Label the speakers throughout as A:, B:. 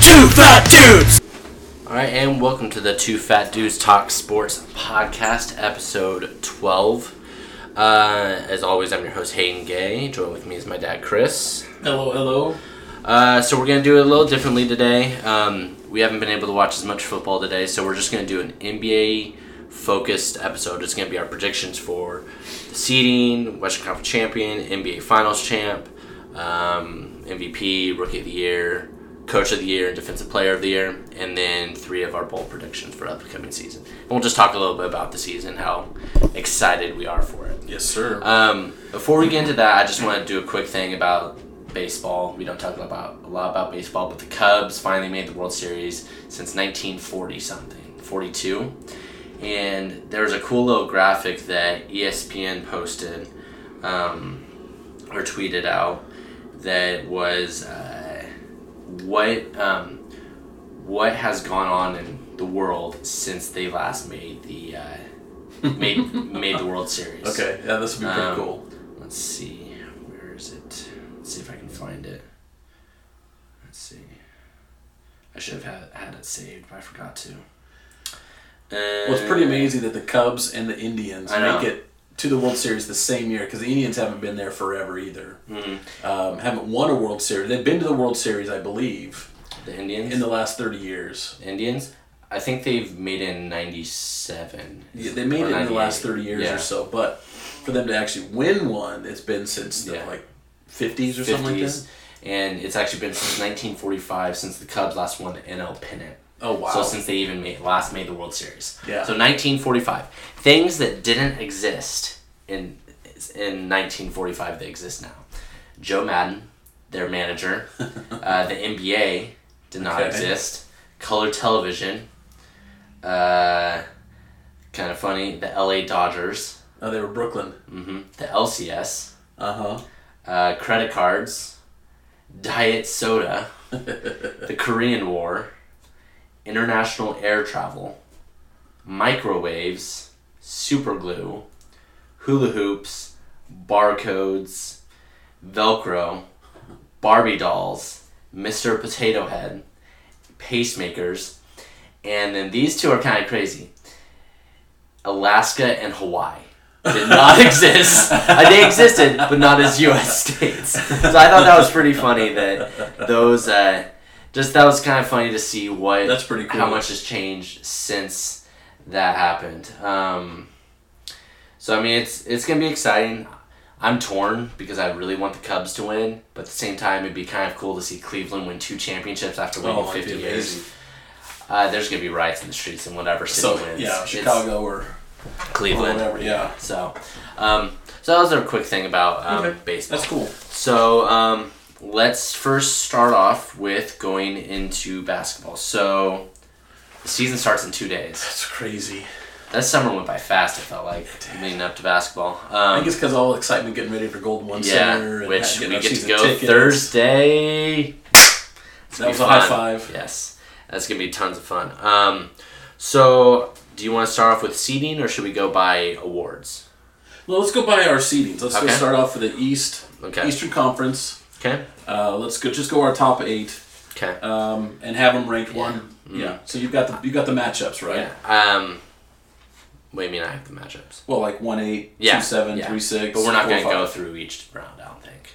A: Two fat dudes.
B: All right, and welcome to the Two Fat Dudes Talk Sports podcast, episode 12. Uh, as always, I'm your host, Hayden Gay. Joined with me is my dad, Chris.
C: Hello, hello.
B: Uh, so, we're going to do it a little differently today. Um, we haven't been able to watch as much football today, so we're just going to do an NBA focused episode. It's going to be our predictions for the seeding, Western Conference champion, NBA Finals champ, um, MVP, Rookie of the Year, Coach of the Year, and Defensive Player of the Year, and then three of our bowl predictions for upcoming season. And we'll just talk a little bit about the season, how excited we are for it.
C: Yes, sir.
B: Um, before we get into that, I just want to do a quick thing about baseball. We don't talk about a lot about baseball, but the Cubs finally made the World Series since 1940 something, 42. And there was a cool little graphic that E ESPN posted um, or tweeted out that was uh, what um, what has gone on in the world since they last made the uh, made made the World Series.
C: okay, yeah, this would be pretty
B: Um,
C: cool.
B: Let's see. Where is it? Let's see if I can find it. Let's see. I should have had, had it saved, but I forgot to.
C: Well, it's pretty amazing that the Cubs and the Indians
B: I know.
C: make it to the World Series the same year because the Indians haven't been there forever either.
B: Uh, hmm,
C: Um, haven't won a World Series. They've been to the World Series, I believe,
B: The Indians.
C: in the last thirty years.
B: Indians. I think they've made it in '97.
C: Yeah, they made
B: Or
C: it in the
B: 98.
C: last thirty years
B: Yeah.
C: or so, but for them to actually win one, it's been since the
B: Yeah.
C: like fifties or something like
B: 50s.
C: that.
B: And it's actually been since 1945 since the Cubs last won the NL pennant.
C: Oh wow!
B: So since they even made, last made the World Series.
C: Yeah.
B: So 1945, things that didn't exist in in 1945 they exist now. Joe Madden, their manager, uh, the NBA did not
C: Okay.
B: exist. Color television, uh, kind of funny. The LA Dodgers,
C: oh, they were Brooklyn.
B: hmm the LCS,
C: Uh huh.
B: uh, credit cards, diet soda, the Korean War, international air travel, microwaves, super glue, hula hoops, barcodes, Velcro, Barbie dolls, Mr. Potato Head, pacemakers, and then these two are kind of crazy. Alaska and Hawaii did not exist. Uh, they existed, but not as U.S. states. So I thought that was pretty funny that those. Uh, just that was kind of funny to see what
C: That's pretty cool.
B: how much has changed since that happened. Um, so I mean, it's it's gonna be exciting. I'm torn because I really want the Cubs to win, but at the same time, it'd be kind of cool to see Cleveland win two championships after winning
C: Oh, it'd
B: 50
C: be
B: years.
C: amazing.
B: Uh, there's gonna be riots in the streets and whatever city
C: So
B: wins.
C: yeah,
B: It's
C: Chicago or
B: Cleveland.
C: whatever, yeah.
B: So, um, so that was a quick thing about um,
C: Okay.
B: baseball.
C: that's cool.
B: So um, let's first start off with going into basketball. So the season starts in two days.
C: That's crazy.
B: That summer went by fast. I felt like leading up to basketball.
C: I
B: Um,
C: think it's because all the excitement getting ready for Golden One Center.
B: yeah,
C: and
B: which we
C: getting our
B: get to
C: season
B: go
C: tickets.
B: Thursday. It's
C: That
B: gonna
C: was
B: be
C: a high
B: fun.
C: five.
B: Yes, that's gonna be tons of fun. Um, so do you want to start off with seeding, or should we go by awards?
C: Well, let's go by our seedings. Let's
B: Okay.
C: go start off with the East
B: Okay.
C: Eastern Conference.
B: Okay.
C: Uh, let's go just go our top eight
B: Okay.
C: um, and have them ranked one. Yeah. So you've got the you got the matchups right.
B: Yeah. Um. What do you mean I have the matchups?
C: Well, like one eight,
B: Yeah,
C: two seven,
B: yeah.
C: three six.
B: But we're not
C: four,
B: going to go
C: five.
B: through each round, I don't think.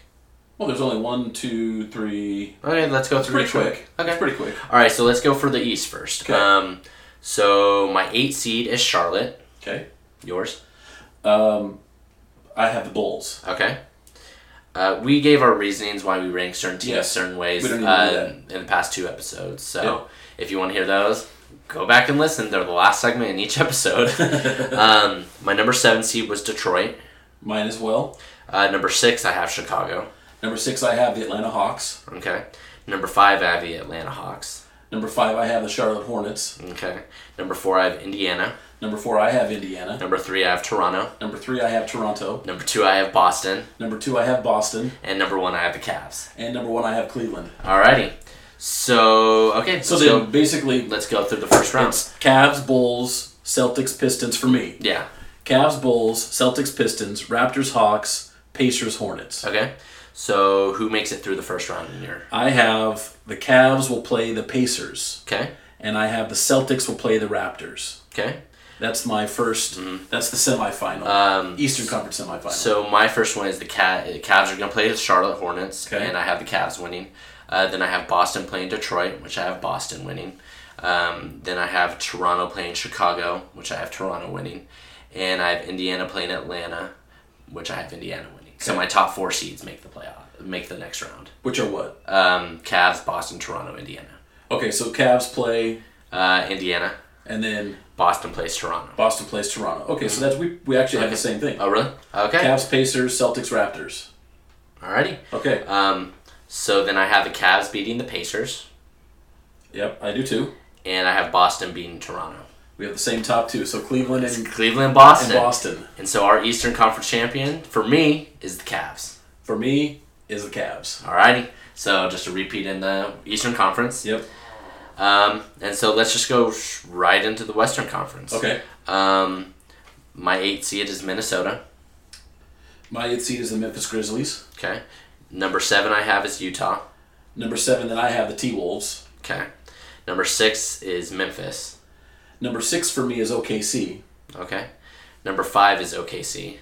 C: Well, there's only one, two, three.
B: Okay, let's go through
C: Pretty
B: each
C: quick.
B: one.
C: It's
B: Okay.
C: pretty quick.
B: All right, so let's go for the East first.
C: Okay.
B: Um, so my eight seed is Charlotte.
C: Okay.
B: Yours?
C: Um, I have the Bulls.
B: Okay. Uh, we gave our reasonings why we rank certain teams
C: Yeah.
B: certain ways
C: We don't need to
B: uh,
C: do
B: in the past two episodes. So
C: Yeah.
B: if you want to hear those, go back and listen. They're the last segment in each episode. um, my number seven seed was Detroit.
C: Mine as well.
B: Uh, number six, I have Chicago.
C: Number six, I have the Atlanta Hawks.
B: Okay. Number five, I have the Atlanta Hawks.
C: Number five, I have the Charlotte Hornets.
B: Okay. Number four, I have Indiana.
C: Number four, I have Indiana.
B: Number three, I have Toronto.
C: Number three, I have Toronto.
B: Number two, I have Boston.
C: Number two, I have Boston.
B: And number one, I have the Cavs.
C: And number one, I have Cleveland.
B: Alrighty. So, okay.
C: So
B: let's,
C: then
B: go,
C: basically,
B: let's go through the first round.
C: it's Cavs, Bulls, Celtics, Pistons for me.
B: Yeah.
C: Cavs, Bulls, Celtics, Pistons, Raptors, Hawks, Pacers, Hornets.
B: Okay. So who makes it through the first round in your?
C: I have the Cavs will play the Pacers,
B: Okay.
C: and I have the Celtics will play the Raptors.
B: Okay.
C: That's my 1st That's the semifinal.
B: Mm-hmm. Um,
C: Eastern Conference semifinal.
B: So my first one is the Cat. Cavs are gonna play the Charlotte Hornets,
C: Okay.
B: and I have the Cavs winning. Uh, then I have Boston playing Detroit, which I have Boston winning. Um, then I have Toronto playing Chicago, which I have Toronto winning, and I have Indiana playing Atlanta, which I have Indiana winning. So my top four seeds make the playoff, make the next round.
C: Which are what?
B: Um, Cavs, Boston, Toronto, Indiana.
C: Okay, so Cavs play,
B: Uh, Indiana,
C: and then
B: Boston plays Toronto.
C: Boston plays Toronto. Okay, so that's we, we actually have the same thing.
B: Oh really? Okay.
C: Cavs, Pacers, Celtics, Raptors.
B: Alrighty.
C: Okay.
B: Um, so then I have the Cavs beating the Pacers,
C: Yep, I do too.
B: and I have Boston beating Toronto.
C: We have the same top two. So Cleveland and,
B: Cleveland, Boston.
C: and
B: and
C: Boston.
B: so our Eastern Conference champion for me is the Cavs.
C: For me, is the Cavs.
B: Alrighty. So just a repeat in the Eastern Conference.
C: Yep.
B: Um, and so let's just go sh- right into the Western Conference.
C: Okay.
B: Um, my eight seed is Minnesota.
C: My eighth seed is the Memphis Grizzlies.
B: Okay. Number seven I have is Utah.
C: Number seven that I have the T Wolves.
B: Okay. Number six is Memphis.
C: Number six for me is OKC.
B: Okay. Number five is OKC.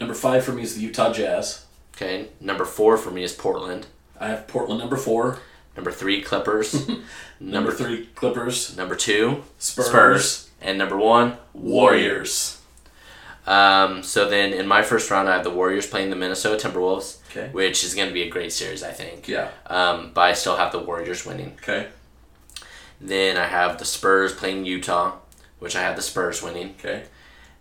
C: Number five for me is the Utah Jazz.
B: Okay. Number four for me is Portland.
C: I have Portland number four.
B: Number three, Clippers.
C: Number
B: number
C: three Clippers.
B: number two,
C: Spurs.
B: and number one,
C: Warriors.
B: Um, so then in my first round, I have the Warriors playing the Minnesota Timberwolves,
C: Okay.
B: which is going to be a great series, I think.
C: Yeah.
B: Um, but I still have the Warriors winning.
C: Okay.
B: Then I have the Spurs playing Utah, which I have the Spurs winning.
C: Okay.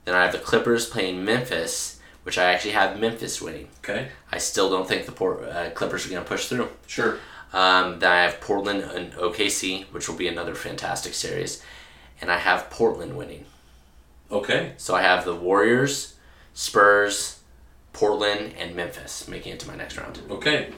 B: Then I have the Clippers playing Memphis, which I actually have Memphis winning.
C: Okay.
B: I still don't think the Port, uh, Clippers are going to push through.
C: Sure.
B: Um, then I have Portland and OKC, which will be another fantastic series. And I have Portland winning.
C: Okay.
B: So I have the Warriors, Spurs, Portland, and Memphis making it to my next round.
C: Okay.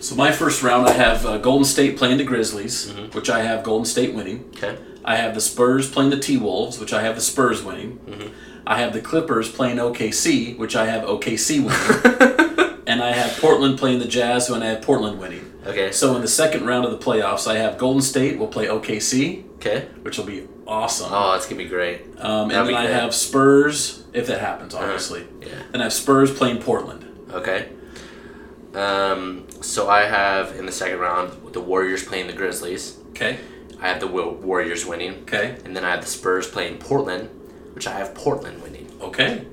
C: So my first round, I have uh, Golden State playing the Grizzlies, which I have Golden State winning.
B: Okay.
C: I have the Spurs playing the T Wolves, which I have the Spurs winning.
B: Mm-hmm.
C: I have the Clippers playing OKC, which I have OKC winning. and I have Portland playing the Jazz, and I have Portland winning.
B: Okay. So
C: So in the second round of the playoffs, I have Golden State will play OKC,
B: okay.
C: which will be awesome.
B: Oh, it's gonna be great.
C: um,
B: that'd
C: and
B: be
C: then I
B: good.
C: have Spurs, if that happens, obviously.
B: yeah.
C: Then I have Spurs playing Portland.
B: Okay. Um, so I have in the second round the Warriors playing the Grizzlies.
C: Okay.
B: I have the Wa- Warriors winning.
C: Okay.
B: And then I have the Spurs playing Portland, which I have Portland winning.
C: Okay.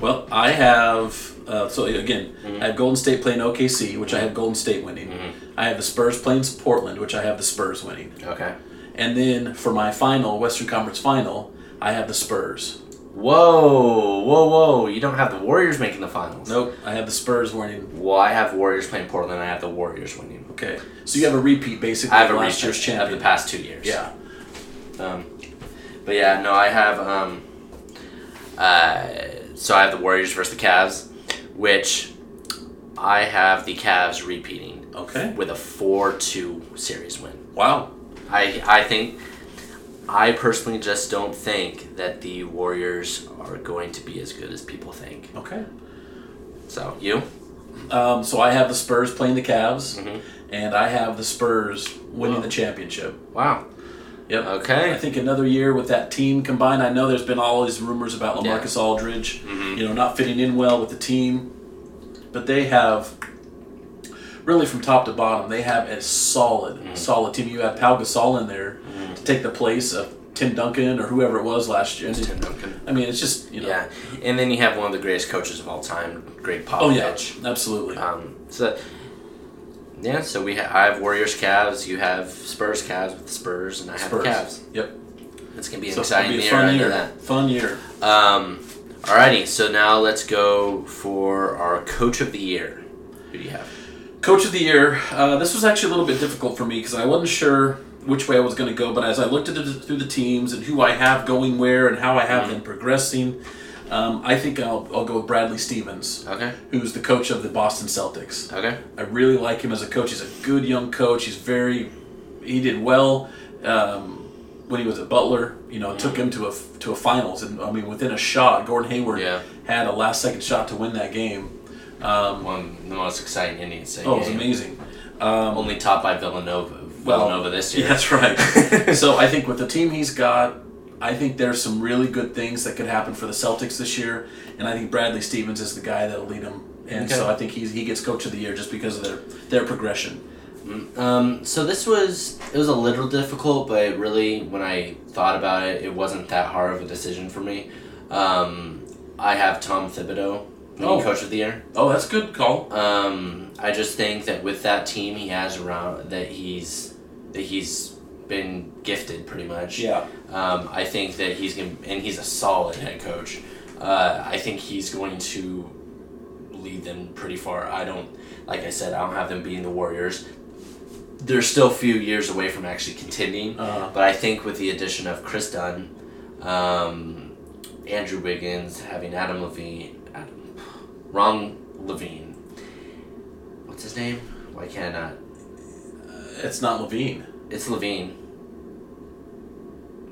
C: Well, I have uh, so again,
B: Mm-hmm.
C: I have Golden State playing OKC, which I have Golden State winning. I have the Spurs playing Portland, which I have the Spurs winning.
B: Okay.
C: And then for my final Western Conference final, I have the Spurs.
B: Whoa, whoa, whoa! You don't have the Warriors making the finals.
C: Nope, I have the Spurs winning.
B: Well, I have Warriors playing Portland. I have the Warriors winning.
C: Okay, so you have a repeat basically.
B: I have a
C: of last year's
B: repeat of
C: champion.
B: the past two years.
C: Yeah.
B: Um, but yeah, no, I have. Um, uh, so I have the Warriors versus the Cavs, which I have the Cavs repeating
C: Okay.
B: with a four-two series win.
C: Wow.
B: I I think. I personally just don't think that the Warriors are going to be as good as people think.
C: Okay.
B: So you?
C: Um, so I have the Spurs playing the Cavs, and I have the Spurs winning
B: Mm-hmm. Wow.
C: the championship.
B: Wow.
C: Yep. I
B: Okay.
C: think another year with that team combined. I know there's been all these rumors about LaMarcus Aldridge,
B: Mm-hmm.
C: you know, not fitting in well with the team, but they have really from top to bottom, they have a solid,
B: Mm-hmm.
C: solid team. You have Pau Gasol in there to take the place of Tim Duncan or whoever it was last year.
B: Tim Duncan.
C: I mean, it's just you know.
B: Yeah, and then you have one of the greatest coaches of all time, Greg Popovich.
C: Oh yeah, absolutely.
B: Um, so yeah, so we ha- I have Warriors, Cavs. You have Spurs, Cavs with the Spurs, and I have
C: Spurs.
B: the Cavs.
C: Yep.
B: It's gonna be an
C: So it's gonna
B: exciting
C: be a
B: year. I
C: fun
B: know
C: year.
B: that.
C: Fun year.
B: Um, alrighty, so now let's go for our coach of the year. Who do you have?
C: Coach of the year. Uh, this was actually a little bit difficult for me because I wasn't sure which way I was going to go. But as I looked at it through the teams and who I have going where and how I have them progressing, um, I think I'll, I'll go with Bradley Stevens,
B: Okay.
C: who's the coach of the Boston Celtics.
B: Okay.
C: I really like him as a coach. He's a good young coach. He's very. He did well um, when he was at Butler. You know, took him to a to a finals, and I mean, within a shot, Gordon Hayward
B: Yeah.
C: had a last second shot to win that game. Um,
B: One of the most exciting innings. that
C: oh, it was
B: game.
C: amazing. Um,
B: Only topped by Villanova.
C: Well,
B: Villanova this
C: Yeah,
B: year.
C: that's right. so I think with the team he's got, I think there's some really good things that could happen for the Celtics this year, and I think Bradley Stevens is the guy that'll lead them. And so
B: Okay.
C: I think he's, he gets coach of the year just because of their their progression.
B: Um, so this was it was a little difficult, but really when I thought about it, it wasn't that hard of a decision for me. Um, I have Tom Thibodeau, winning
C: Oh.
B: coach of the year.
C: Oh, that's good call.
B: Um, I just think that with that team he has around, that he's that he's been gifted pretty much.
C: Yeah.
B: Um, I think that he's going to, and he's a solid head coach. Uh, I think he's going to lead them pretty far. I don't, like I said, I don't have them beating the Warriors. They're still a few years away from actually contending,
C: Uh,
B: but I think with the addition of Chris Dunn, um, Andrew Wiggins, having Adam Levine, Adam, Ron Levine, what's his name? Why can't I not?
C: it's not Levine.
B: It's Levine.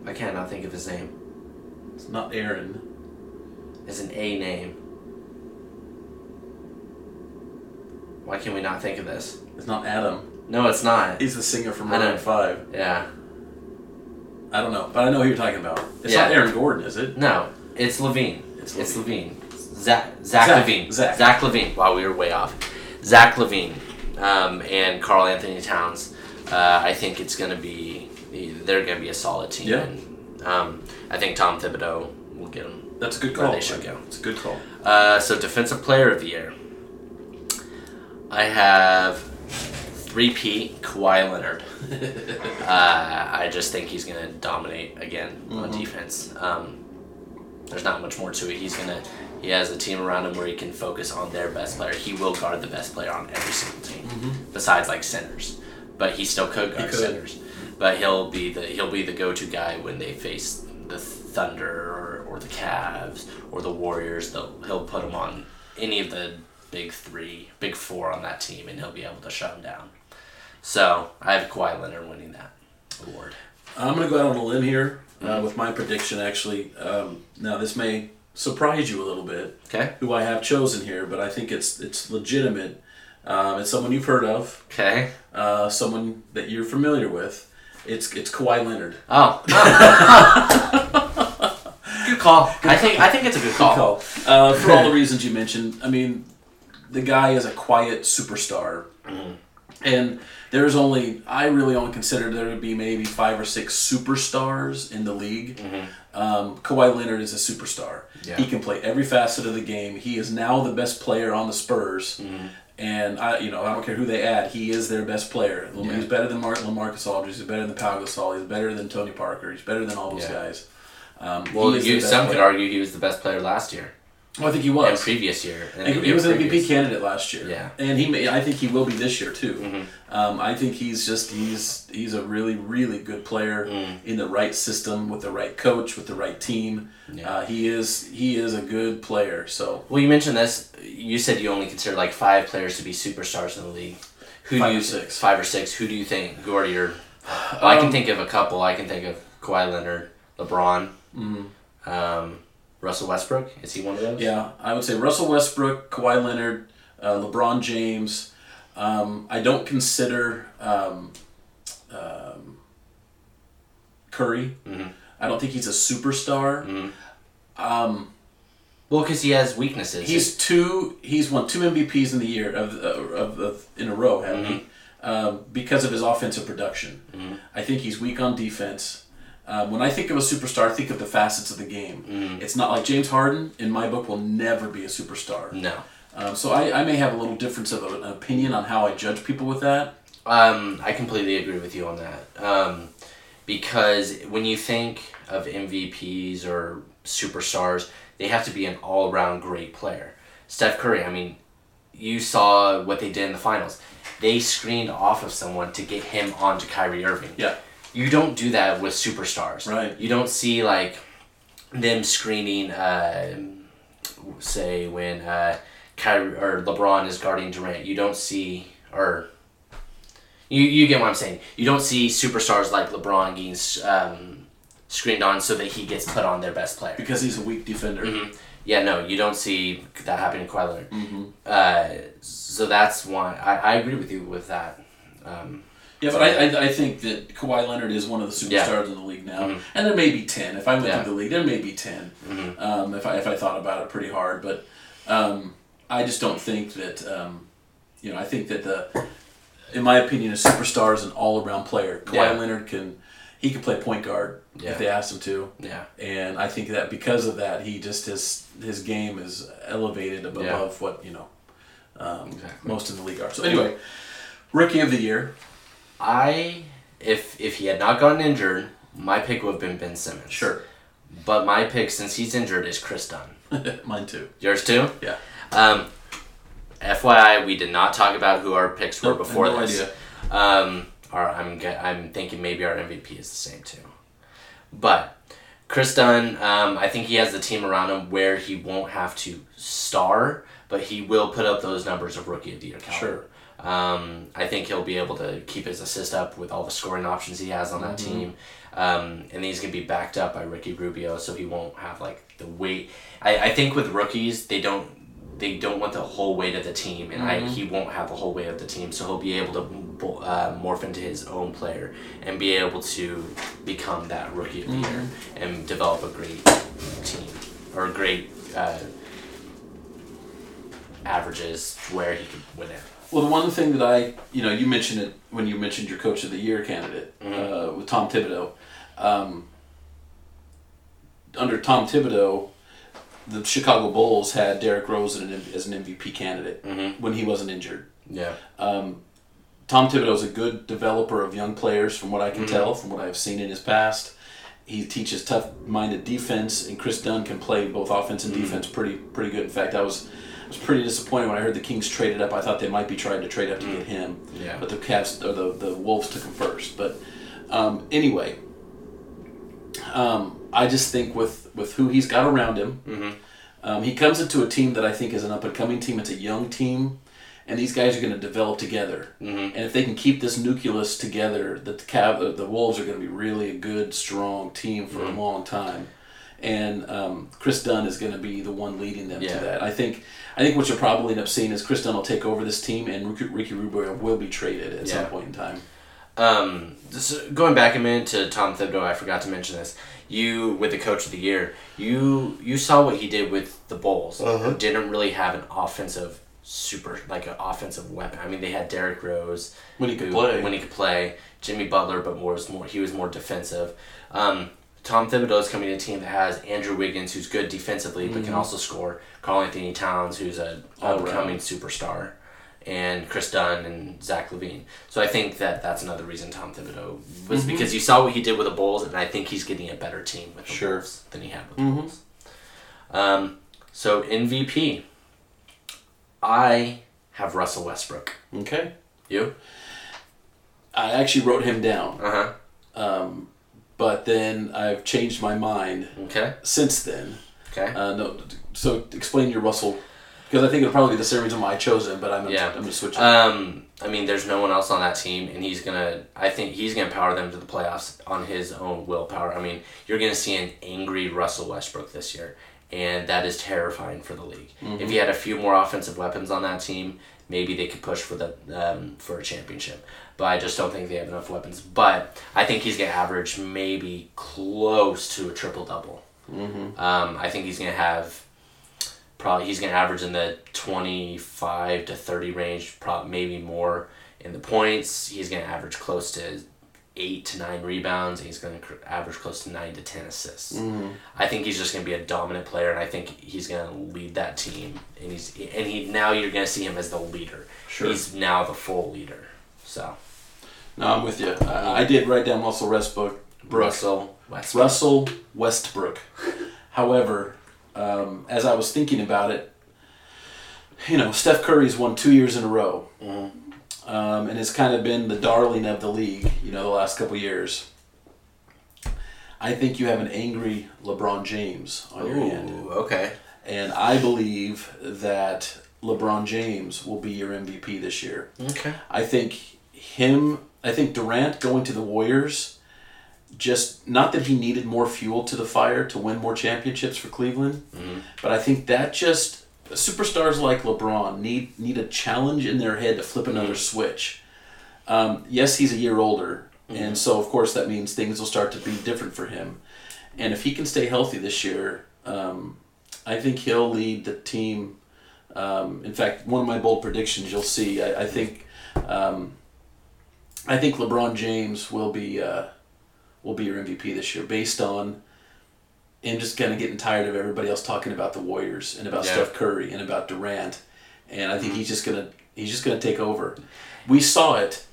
B: Why can't I not think of his name?
C: It's not Aaron.
B: is an A name. Why can we not think of this?
C: It's not Adam.
B: No, it's not.
C: He's the singer from
B: I know.
C: Maroon Five.
B: Yeah.
C: I don't know, but I know who you're talking about. It's not
B: Yeah.
C: Aaron Gordon, is it?
B: No, it's Levine.
C: It's
B: It's Levine. Zach, Zach,
C: Zach,
B: Levine.
C: Zach.
B: Levine. Wow, we were way off. Zach Levine um, and Carl Anthony Towns. Uh, I think it's going to be, they're going to be a solid team.
C: Yeah.
B: And, um, I think Tom Thibodeau will get them.
C: That's a good
B: Where
C: call.
B: they should go.
C: It's a good call.
B: Uh, so defensive player of the year. I have three P Kawhi Leonard. uh, I just think he's gonna dominate again on defense. Um, there's not much more to it. He's gonna he has a team around him where he can focus on their best player. He will guard the best player on every single team, besides like centers. But Mm-hmm. he still could guard
C: could.
B: centers. But he'll be the he'll be the go to guy when they face the Thunder or, or the Cavs or the Warriors. They'll he'll put him on any of the big three, big four on that team, and he'll be able to shut him down. So I have Kawhi Leonard winning that award.
C: I'm going to go out on a limb here uh, with my prediction, actually. Um, now, this may surprise you a little bit,
B: Okay.
C: who I have chosen here, but I think it's it's legitimate. Um, it's someone you've heard of,
B: Okay.
C: uh, someone that you're familiar with. It's it's Kawhi Leonard.
B: Oh. good call. I think I think it's a good call.
C: Call. Uh, for all the reasons you mentioned, I mean, the guy is a quiet superstar.
B: Mm-hmm.
C: And there's only, I really only consider there to be maybe five or six superstars in the league. Um, Kawhi Leonard is a superstar.
B: Mm-hmm. Yeah.
C: He can play every facet of the game. He is now the best player on the Spurs.
B: Mm-hmm.
C: And I, you know, I don't care who they add. He is their best player. He's better than Martin LaMarcus Aldridge. He's better than Pau Gasol. He's better than Tony Parker. He's better than all those
B: Yeah.
C: guys. Um, he
B: Well,
C: is the
B: you,
C: best
B: some could
C: player.
B: argue he was the best player last year
C: Well, I think he
B: and
C: was.
B: previous year. And
C: He,
B: the
C: he
B: year
C: was an MVP
B: previous.
C: candidate last year.
B: Yeah. Mm-hmm.
C: and he may. I think he will be this year too. Um, I think he's just he's he's a really really good player
B: Mm.
C: in the right system with the right coach with the right team. Uh, he is he is a good player. So
B: Well, you mentioned this. You said you only consider like five players to be superstars in the league. Who
C: Five
B: do you
C: or six. Um,
B: Five or six. Who do you think? Who are your? Well, I can think of a couple. I can think of Kawhi Leonard, LeBron, um, Russell Westbrook. Is he one of those?
C: Mm-hmm. yeah, I would say Russell Westbrook, Kawhi Leonard, uh, LeBron James. Um, I don't consider um, um, Curry.
B: Mm-hmm.
C: I don't think he's a superstar.
B: Well, because he has weaknesses.
C: He's two. He's won two MVPs in the year of uh, of, of in a row, haven't
B: Mm-hmm.
C: he? Um, because of his offensive production, I think he's weak on defense. Um, when I think of a superstar, I think of the facets of the game.
B: Mm-hmm.
C: It's not like James Harden, in my book, will never be a superstar.
B: no.
C: Um, so I, I may have a little difference of an opinion on how I judge people with that.
B: Um, I completely agree with you on that. Um, because when you think of MVPs or superstars, they have to be an all around great player. Steph Curry, I mean, you saw what they did in the finals. They screened off of someone to get him onto Kyrie Irving.
C: Yeah.
B: You don't do that with superstars.
C: Right.
B: You don't see, like, them screening, uh, say, when uh, Kyrie or LeBron is guarding Durant. You don't see, or you, you get what I'm saying. You don't see superstars like LeBron getting um, screened on so that he gets put on their best player.
C: Because he's a weak defender.
B: yeah, no, you don't see that happening to Kawhi Leonard.
C: Mm-hmm.
B: Uh, so that's why I, I agree with you with that. Um,
C: Yeah, but I, I, I think that Kawhi Leonard is one of the superstars
B: Yeah.
C: in the league now,
B: Mhm.
C: and there may be ten. If I went
B: Yeah.
C: through the league, there may be 10
B: Mhm.
C: Um, if I if I thought about it pretty hard, but um, I just don't think that um, you know. I think that the, in my opinion, a superstar is an all around player. Kawhi
B: Yeah.
C: Leonard can, he can play point guard
B: Yeah.
C: if they asked him to,
B: yeah,
C: and I think that because of that, he just his his game is elevated above
B: Yeah.
C: what you know um,
B: exactly.
C: most in the league are. So anyway, rookie of the year.
B: I if if he had not gotten injured, my pick would have been Ben Simmons.
C: Sure,
B: But my pick since he's injured is Chris Dunn.
C: mine too.
B: Yours too.
C: Yeah.
B: Um, FYI, we did not talk about who our picks were
C: Nope,
B: before
C: no
B: this.
C: idea.
B: Um, or I'm ge- I'm thinking maybe our MVP is the same too, but Chris Dunn, um, I think he has the team around him where he won't have to star, but he will put up those numbers of rookie of the year caliber. Um, I think he'll be able to keep his assist up with all the scoring options he has on that team. Um, and he's going to be backed up by Ricky Rubio, so he won't have like the weight. I, I think with rookies, they don't they don't want the whole weight of the team, and I, he won't have the whole weight of the team, so he'll be able to bo- uh, morph into his own player and be able to become that rookie of the year and develop a great team or great uh, averages where he can win it.
C: Well, the one thing that I, you know, you mentioned it when you mentioned your coach of the year candidate uh, with Tom Thibodeau. Um, under Tom Thibodeau, the Chicago Bulls had Derrick Rose in an, as an MVP candidate when he wasn't injured.
B: Yeah.
C: Tom Thibodeau is a good developer of young players, from what I can tell, from what I've seen in his past. He teaches tough-minded defense, and Chris Dunn can play both offense and defense pretty pretty good. In fact, I was I was pretty disappointed when I heard the Kings traded up. I thought they might be trying to trade up to get him,
B: Yeah.
C: but the Cavs or the the Wolves took him first. But um, anyway, um, I just think with with who he's got around him, um, he comes into a team that I think is an up and coming team. It's a young team, and these guys are going to develop together. Mm-hmm. And if they can keep this nucleus together, that the Cav- uh, the Wolves are going to be really a good, strong team for a long time. And um, Chris Dunn is going to be the one leading them
B: Yeah.
C: to that. I think. I think what you'll probably end up seeing is Chris Dunn will take over this team, and Ricky, Ricky Rubio will be traded at some
B: Yeah.
C: point in time.
B: Um, this, going back a minute to Tom Thibodeau, I forgot to mention this. You with the coach of the year, you you saw what he did with the Bulls.
C: Uh-huh.
B: who Didn't really have an offensive super like an offensive weapon. I mean, they had Derrick Rose
C: When he could
B: who-
C: play.
B: When he could play, Jimmy Butler, but more was more he was more defensive. Um, Tom Thibodeau is coming to a team that has Andrew Wiggins, who's good defensively but can also score. Carl Anthony Towns, who's a
C: Mm-hmm. All-around.
B: upcoming superstar, and Chris Dunn and Zach Levine. So I think that that's another reason Tom Thibodeau was because you saw what he did with the Bulls, and I think he's getting a better team with the
C: Sure.
B: Bulls than he had with the Bulls. Um, so MVP, I have Russell Westbrook.
C: Okay.
B: You?
C: I actually wrote him down,
B: Uh huh.
C: um, but then I've changed my mind
B: Okay.
C: since then.
B: Okay.
C: Uh, no, so explain your Russell, because I think it'll probably be the same reason why I chose him, but I'm gonna,
B: Yeah.
C: I'm gonna switch. it.
B: Um, I mean, there's no one else on that team, and he's gonna. I think he's gonna power them to the playoffs on his own willpower. I mean, you're gonna see an angry Russell Westbrook this year, and that is terrifying for the league. If he had a few more offensive weapons on that team, maybe they could push for the um, for a championship. But I just don't think they have enough weapons. But I think he's gonna average maybe close to a triple double. Um, I think he's gonna have probably he's going to average in the 25 to 30 range prob maybe more in the points he's going to average close to 8 to 9 rebounds and he's going to cr- average close to 9 to 10 assists i think he's just going to be a dominant player and i think he's going to lead that team and he's and he now you're going to see him as the leader
C: Sure.
B: he's now the full leader so
C: no, I'm with you. I, I did write down Russell Westbrook, Brooks,
B: russell westbrook
C: Russell Westbrook. However, um, as I was thinking about it, you know, Steph Curry's won two years in a row, um, and has kind of been the darling of the league. You know, the last couple years. I think you have an angry LeBron James on your hand.
B: Ooh, okay
C: And I believe that LeBron James will be your MVP this year.
B: okay
C: I think him, I think Durant going to the Warriors just not that he needed more fuel to the fire to win more championships for Cleveland,
B: Mhm.
C: but I think that just superstars like LeBron need need a challenge in their head to flip another switch. Um, yes, he's a year older, and so of course that means things will start to be different for him. And if he can stay healthy this year, um, I think he'll lead the team. Um, in fact, one of my bold predictions you'll see. I, I think, um, I think LeBron James will be uh, will be your MVP this year, based on him just kind of getting tired of everybody else talking about the Warriors and about
B: Yeah.
C: Steph Curry and about Durant, and I think he's just gonna he's just gonna take over. We saw it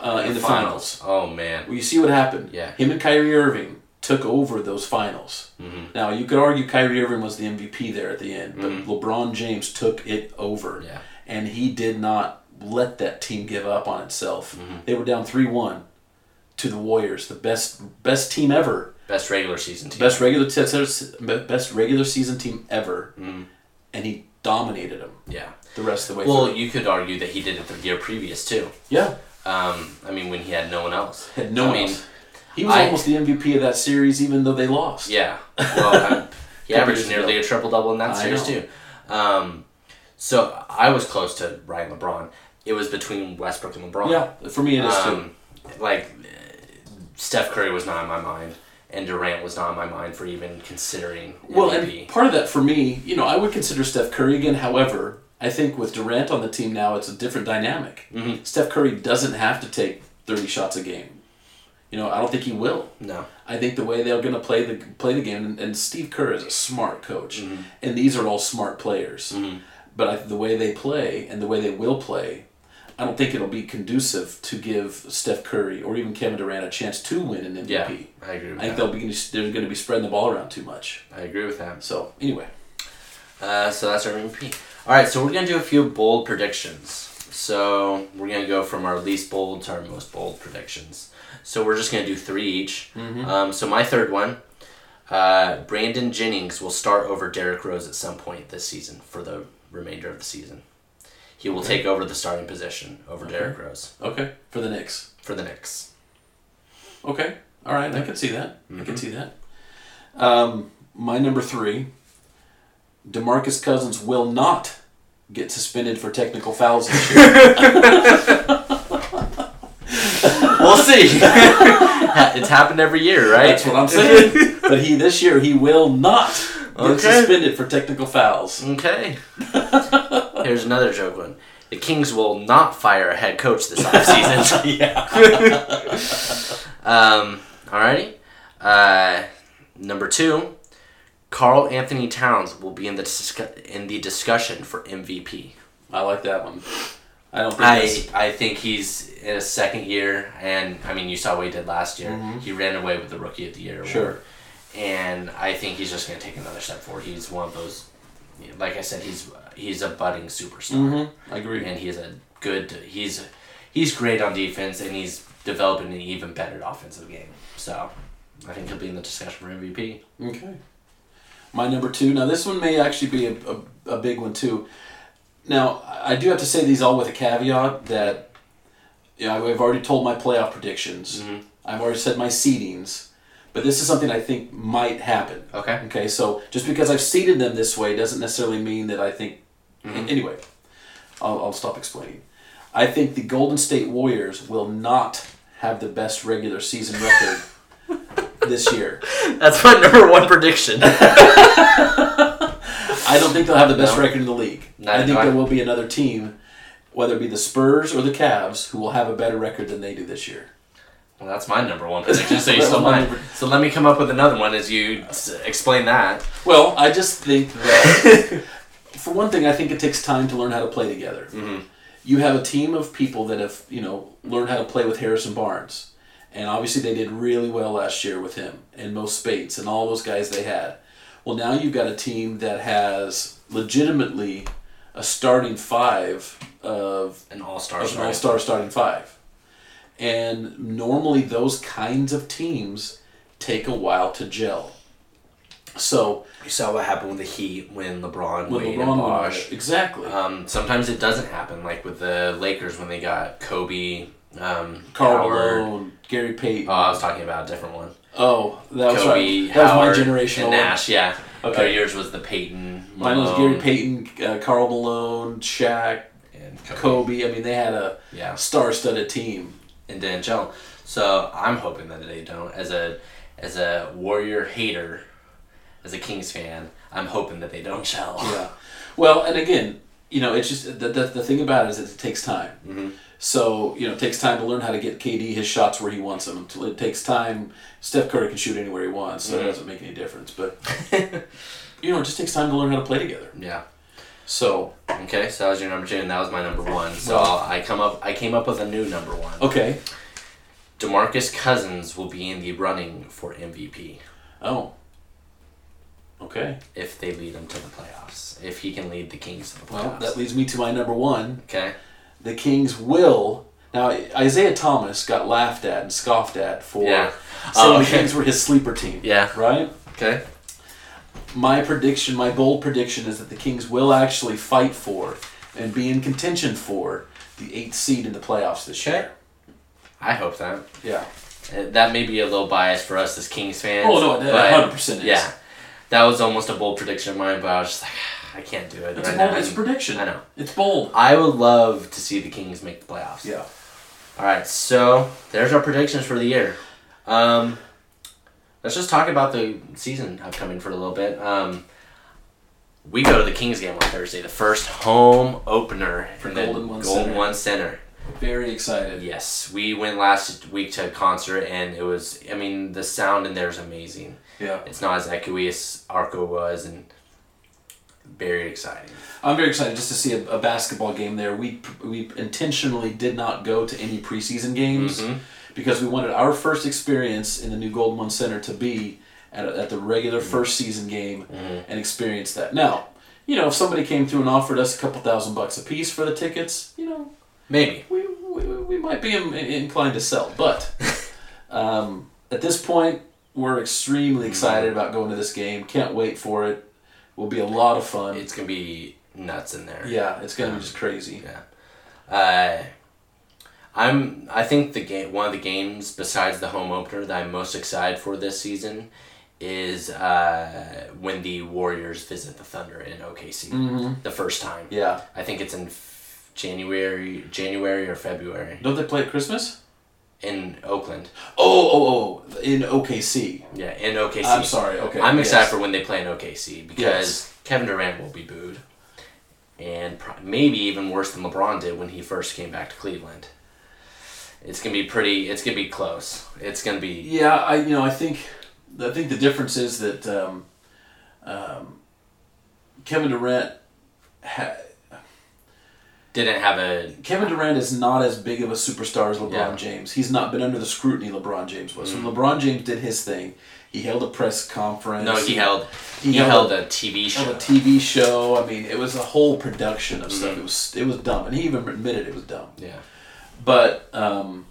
C: uh, in the finals.
B: Oh man.
C: Well, you see what happened.
B: Yeah.
C: Him and Kyrie Irving took over those finals.
B: Mm-hmm.
C: Now, you could argue Kyrie Irving was the MVP there at the end, but LeBron James took it over.
B: Yeah.
C: And he did not let that team give up on itself.
B: Mm-hmm.
C: They were down 3 1 to the Warriors, the best best team ever,
B: Best regular season team.
C: best regular, te- best regular season team ever. And he dominated them
B: Yeah.
C: the rest of the way
B: Mm-hmm. Well,
C: through.
B: you could argue that he did it the year previous too.
C: Yeah.
B: Um, I mean, when he had no one else.
C: Had no
B: I
C: one
B: mean,
C: else. He was
B: I-
C: almost the MVP of that series, even though they lost.
B: Yeah. Well, um, he
C: Couple
B: averaged
C: years
B: nearly a triple double in that
C: I
B: series
C: know.
B: too. Um, so I was close to Ryan LeBron. It was between Westbrook and LeBron.
C: Yeah, for me it is too.
B: Um, like uh, Steph Curry was not in my mind, and Durant was not in my mind for even considering
C: Well,
B: MVP.
C: and part of that for me, you know, I would consider Steph Curry again. However, I think with Durant on the team now, it's a different dynamic.
B: Mm-hmm.
C: Steph Curry doesn't have to take 30 shots a game. You know, I don't think he will.
B: no.
C: I think the way they're going to play the play the game, and, and Steve Kerr is a smart coach,
B: Mm-hmm.
C: and these are all smart players. But I, the way they play and the way they will play, I don't think it'll be conducive to give Steph Curry or even Kevin Durant a chance to win an MVP.
B: Yeah, I agree with
C: I think
B: that.
C: they'll be they're going to be spreading the ball around too much.
B: I agree with that.
C: So anyway.
B: Uh, so that's our MVP. All right, so we're gonna do a few bold predictions. So we're gonna go from our least bold to our most bold predictions. So we're just gonna do three each.
C: Mm-hmm.
B: Um, so my third one, uh, Brandon Jennings will start over Derrick Rose at some point this season for the remainder of the season. He will take over the starting position over Derrick Rose
C: Okay. For the Knicks.
B: for the Knicks.
C: Okay. All right. I can see that. I
B: Mm-hmm.
C: can see that. Um, my number three. Demarcus Cousins will not get suspended for technical fouls this year.
B: We'll see. it's happened every year, right?
C: That's what I'm saying. but he this year he will not get
B: Okay.
C: suspended for technical fouls.
B: Okay. Here's another joke one. The Kings will not fire a head coach this offseason.
C: yeah.
B: um, alrighty. Uh, number two, Carl Anthony Towns will be in the discu- in the discussion for MVP.
C: I like that one. I don't think
B: I
C: that's-
B: I think he's in his second year, and I mean you saw what he did last year. He ran away with the Rookie of the Year. award.
C: Sure.
B: and I think he's just gonna take another step forward. He's one of those, like I said, he's he's a budding superstar.
C: mm-hmm, I agree.
B: and he's a good he's he's great on defense and he's developing an even better offensive game so i think he'll be in the discussion for mvp
C: Okay. My number two. Now, this one may actually be a, a, a big one, too. Now, I I do have to say these all with a caveat that you know, I've already told my playoff predictions, I've already said my seedings, but this is something I think might happen.
B: okay
C: Okay, so just because I've seeded them this way doesn't necessarily mean that I think. Anyway, I'll, I'll stop explaining. I think the Golden State Warriors will not have the best regular season record this year.
B: that's my number one prediction
C: I don't think they'll have the best
B: No.
C: record in the league.
B: No,
C: I think
B: no, I-
C: there will be another team, whether it be the Spurs or the Cavs, who will have a better record than they do this year.
B: well that's my number one prediction so you
C: That
B: still
C: was my
B: mine
C: number-
B: so let me come up with another one as you s- explain that
C: Well, I just think that, for one thing, I think it takes time to learn how to play together. You have a team of people that have, you know, learned how to play with Harrison Barnes. And obviously, they did really well last year with him and Mo Spates and all those guys they had. Well, now you've got a team that has legitimately a starting five of
B: an all-star
C: an all star starting five. And normally those kinds of teams take a while to gel. So
B: you saw what happened with the heat when lebron
C: when
B: wade
C: LeBron
B: and
C: won
B: bosh Uh,
C: it- exactly.
B: um, sometimes it doesn't happen like with the lakers when they got kobe Um,
C: Carl
B: Howard.
C: Malone, Gary Payton.
B: Oh, I was talking about a different one.
C: oh, that was
B: Kobe,
C: right. That
B: Howard,
C: was my generation.
B: and Nash. Yeah.
C: Okay.
B: Okay. yours was the Peyton.
C: Mine was Gary Payton, uh, Carl Malone, Shaq,
B: and Kobe.
C: Kobe. I mean, they had a
B: Yeah.
C: star-studded team.
B: in the NHL. So I'm hoping that they don't. As a as a Warrior hater, as a Kings fan, I'm hoping that they don't gel.
C: Yeah. Well, and again, you know, it's just the, the, the thing about it is it takes time.
B: Mm-hmm.
C: So, you know, it takes time to learn how to get KD his shots where he wants them. It takes time. Steph Curry can shoot anywhere he wants,
B: Mm-hmm.
C: so it doesn't make any difference. But, you know, it just takes time to learn how to play together.
B: Yeah.
C: So,
B: Okay, so that was your number two, and that was my number one. So I come up, I came up with a new number one.
C: okay.
B: Demarcus Cousins will be in the running for MVP
C: Oh. Okay.
B: if they lead him to the playoffs. If he can lead the Kings to the
C: Well,
B: playoffs.
C: that leads me to my number one.
B: okay.
C: The Kings will. Now, Isaiah Thomas got laughed at and scoffed at for
B: Yeah.
C: saying
B: Oh,
C: the
B: okay.
C: Kings were his sleeper team.
B: Yeah.
C: Right?
B: Okay.
C: my prediction, my bold prediction, is that the Kings will actually fight for and be in contention for the eighth seed in the playoffs this year.
B: I hope that.
C: Yeah.
B: Uh, That may be a little biased for us as Kings fans.
C: Oh, no, that
B: but
C: 100% is.
B: Yeah. That was almost a bold prediction of mine, but I was just like, I can't do it.
C: It's a
B: right
C: bold.
B: now.
C: It's a prediction.
B: I know.
C: It's bold.
B: I would love to see the Kings make the playoffs.
C: Yeah.
B: All right, so there's our predictions for the year. Um, let's just talk about the season upcoming for a little bit. Um, we go to the Kings game on Thursday, the first home opener
C: For
B: in the
C: Golden One
B: Golden
C: Center.
B: One Center.
C: Very excited.
B: Yes, we went last week to a concert, and it was. I mean, the sound in there is amazing.
C: Yeah.
B: It's not as echoey as Arco was, and very exciting.
C: I'm very excited just to see a, a basketball game there. We we intentionally did not go to any preseason games because we wanted our first experience in the new Golden One Center to be at, a, at the regular first season game and experience that. Now, you know, if somebody came through and offered us a couple thousand bucks a piece for the tickets, you know,
B: Maybe.
C: we, we, we might be in, inclined to sell. But um, at this point, we're extremely excited about going to this game. Can't wait for it. Will be a lot of fun.
B: It's gonna be nuts in there.
C: Yeah, it's gonna be just crazy.
B: Yeah. Uh, I'm. I think the game. One of the games besides the home opener that I'm most excited for this season is uh, when the Warriors visit the Thunder in OKC the first time.
C: Yeah.
B: I think it's in f- January, January or February
C: Don't they play at Christmas?
B: in Oakland.
C: Oh, oh, oh, in OKC.
B: Yeah, in OKC.
C: I'm sorry. Okay.
B: I'm excited
C: yes.
B: for when they play in OKC because
C: Yes.
B: Kevin Durant will be booed, and pro- maybe even worse than LeBron did when he first came back to Cleveland. It's gonna be pretty. It's gonna be close. It's gonna be
C: Yeah, I you know I think I think the difference is that um, um, Kevin Durant ha-
B: didn't have a
C: Kevin Durant is not as big of a superstar as LeBron
B: Yeah. Mm.
C: James. He's not been under the scrutiny LeBron James was. When LeBron James did his thing, he held a press conference.
B: no. He held
C: he
B: he, held,
C: held
B: a TV show.
C: held a TV show. I mean, it was a whole production of
B: Mm.
C: stuff. It was it was dumb, and he even admitted it was dumb.
B: yeah,
C: But um,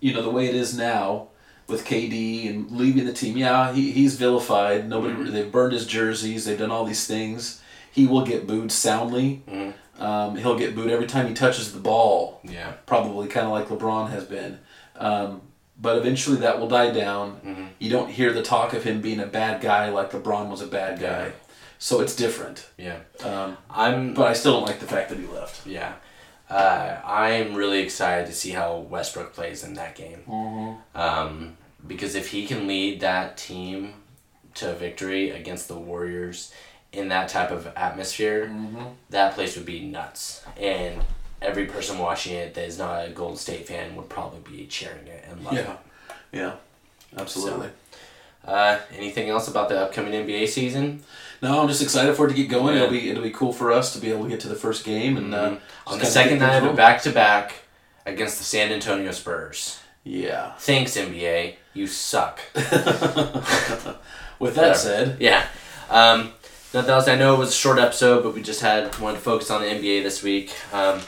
C: you know the way it is now with KD and leaving the team. Yeah, he, he's vilified. Nobody they've burned his jerseys. They've done all these things. He will get booed soundly. Um, he'll get booed every time he touches the ball.
B: yeah,
C: Probably kind of like LeBron has been. Um, but eventually that will die down. You don't hear the talk of him being a bad guy like LeBron was a bad guy.
B: Yeah.
C: So it's different.
B: yeah.
C: Um,
B: I'm
C: but I still don't like the fact that he left.
B: yeah. Uh, I'm really excited to see how Westbrook plays in that game.
C: Mm-hmm.
B: Um, because if he can lead that team to victory against the Warriors in that type of atmosphere,
C: Mm-hmm.
B: that place would be nuts. And every person watching it that is not a Golden State fan would probably be cheering it and loving
C: Yeah. Yeah. Absolutely.
B: it. Uh, anything else about the upcoming NBA season?
C: No, I'm just excited for it to get going.
B: Yeah. Mm-hmm.
C: It'll be it'll be cool for us to be able to get to the first game and uh,
B: On the
C: just kinda get
B: second night
C: things
B: of a
C: rolling.
B: back to back against the San Antonio Spurs.
C: Yeah.
B: Thanks, NBA. You suck.
C: With that
B: Whatever.
C: said,
B: Yeah. Um, nothing else. I know it was a short episode, but we just had wanted to focus on the NBA this week. Um,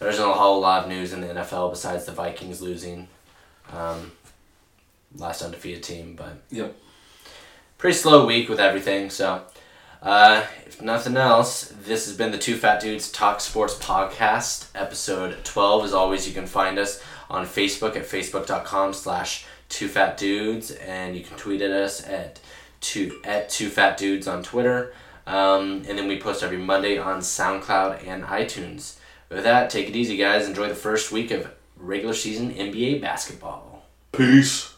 B: there isn't a whole lot of news in the NFL besides the Vikings losing. Um, last undefeated team, but
C: yep.
B: pretty slow week with everything. So Uh, if nothing else, this has been the Two Fat Dudes Talk Sports Podcast, episode 12. As always, you can find us on Facebook at facebook.com slash two fat dudes, and you can tweet at us at two, at two fat dudes on Twitter. Um, and then we post every Monday on SoundCloud and iTunes. With that, take it easy, guys. Enjoy the first week of regular season NBA basketball.
C: Peace.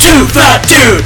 A: Two fat dudes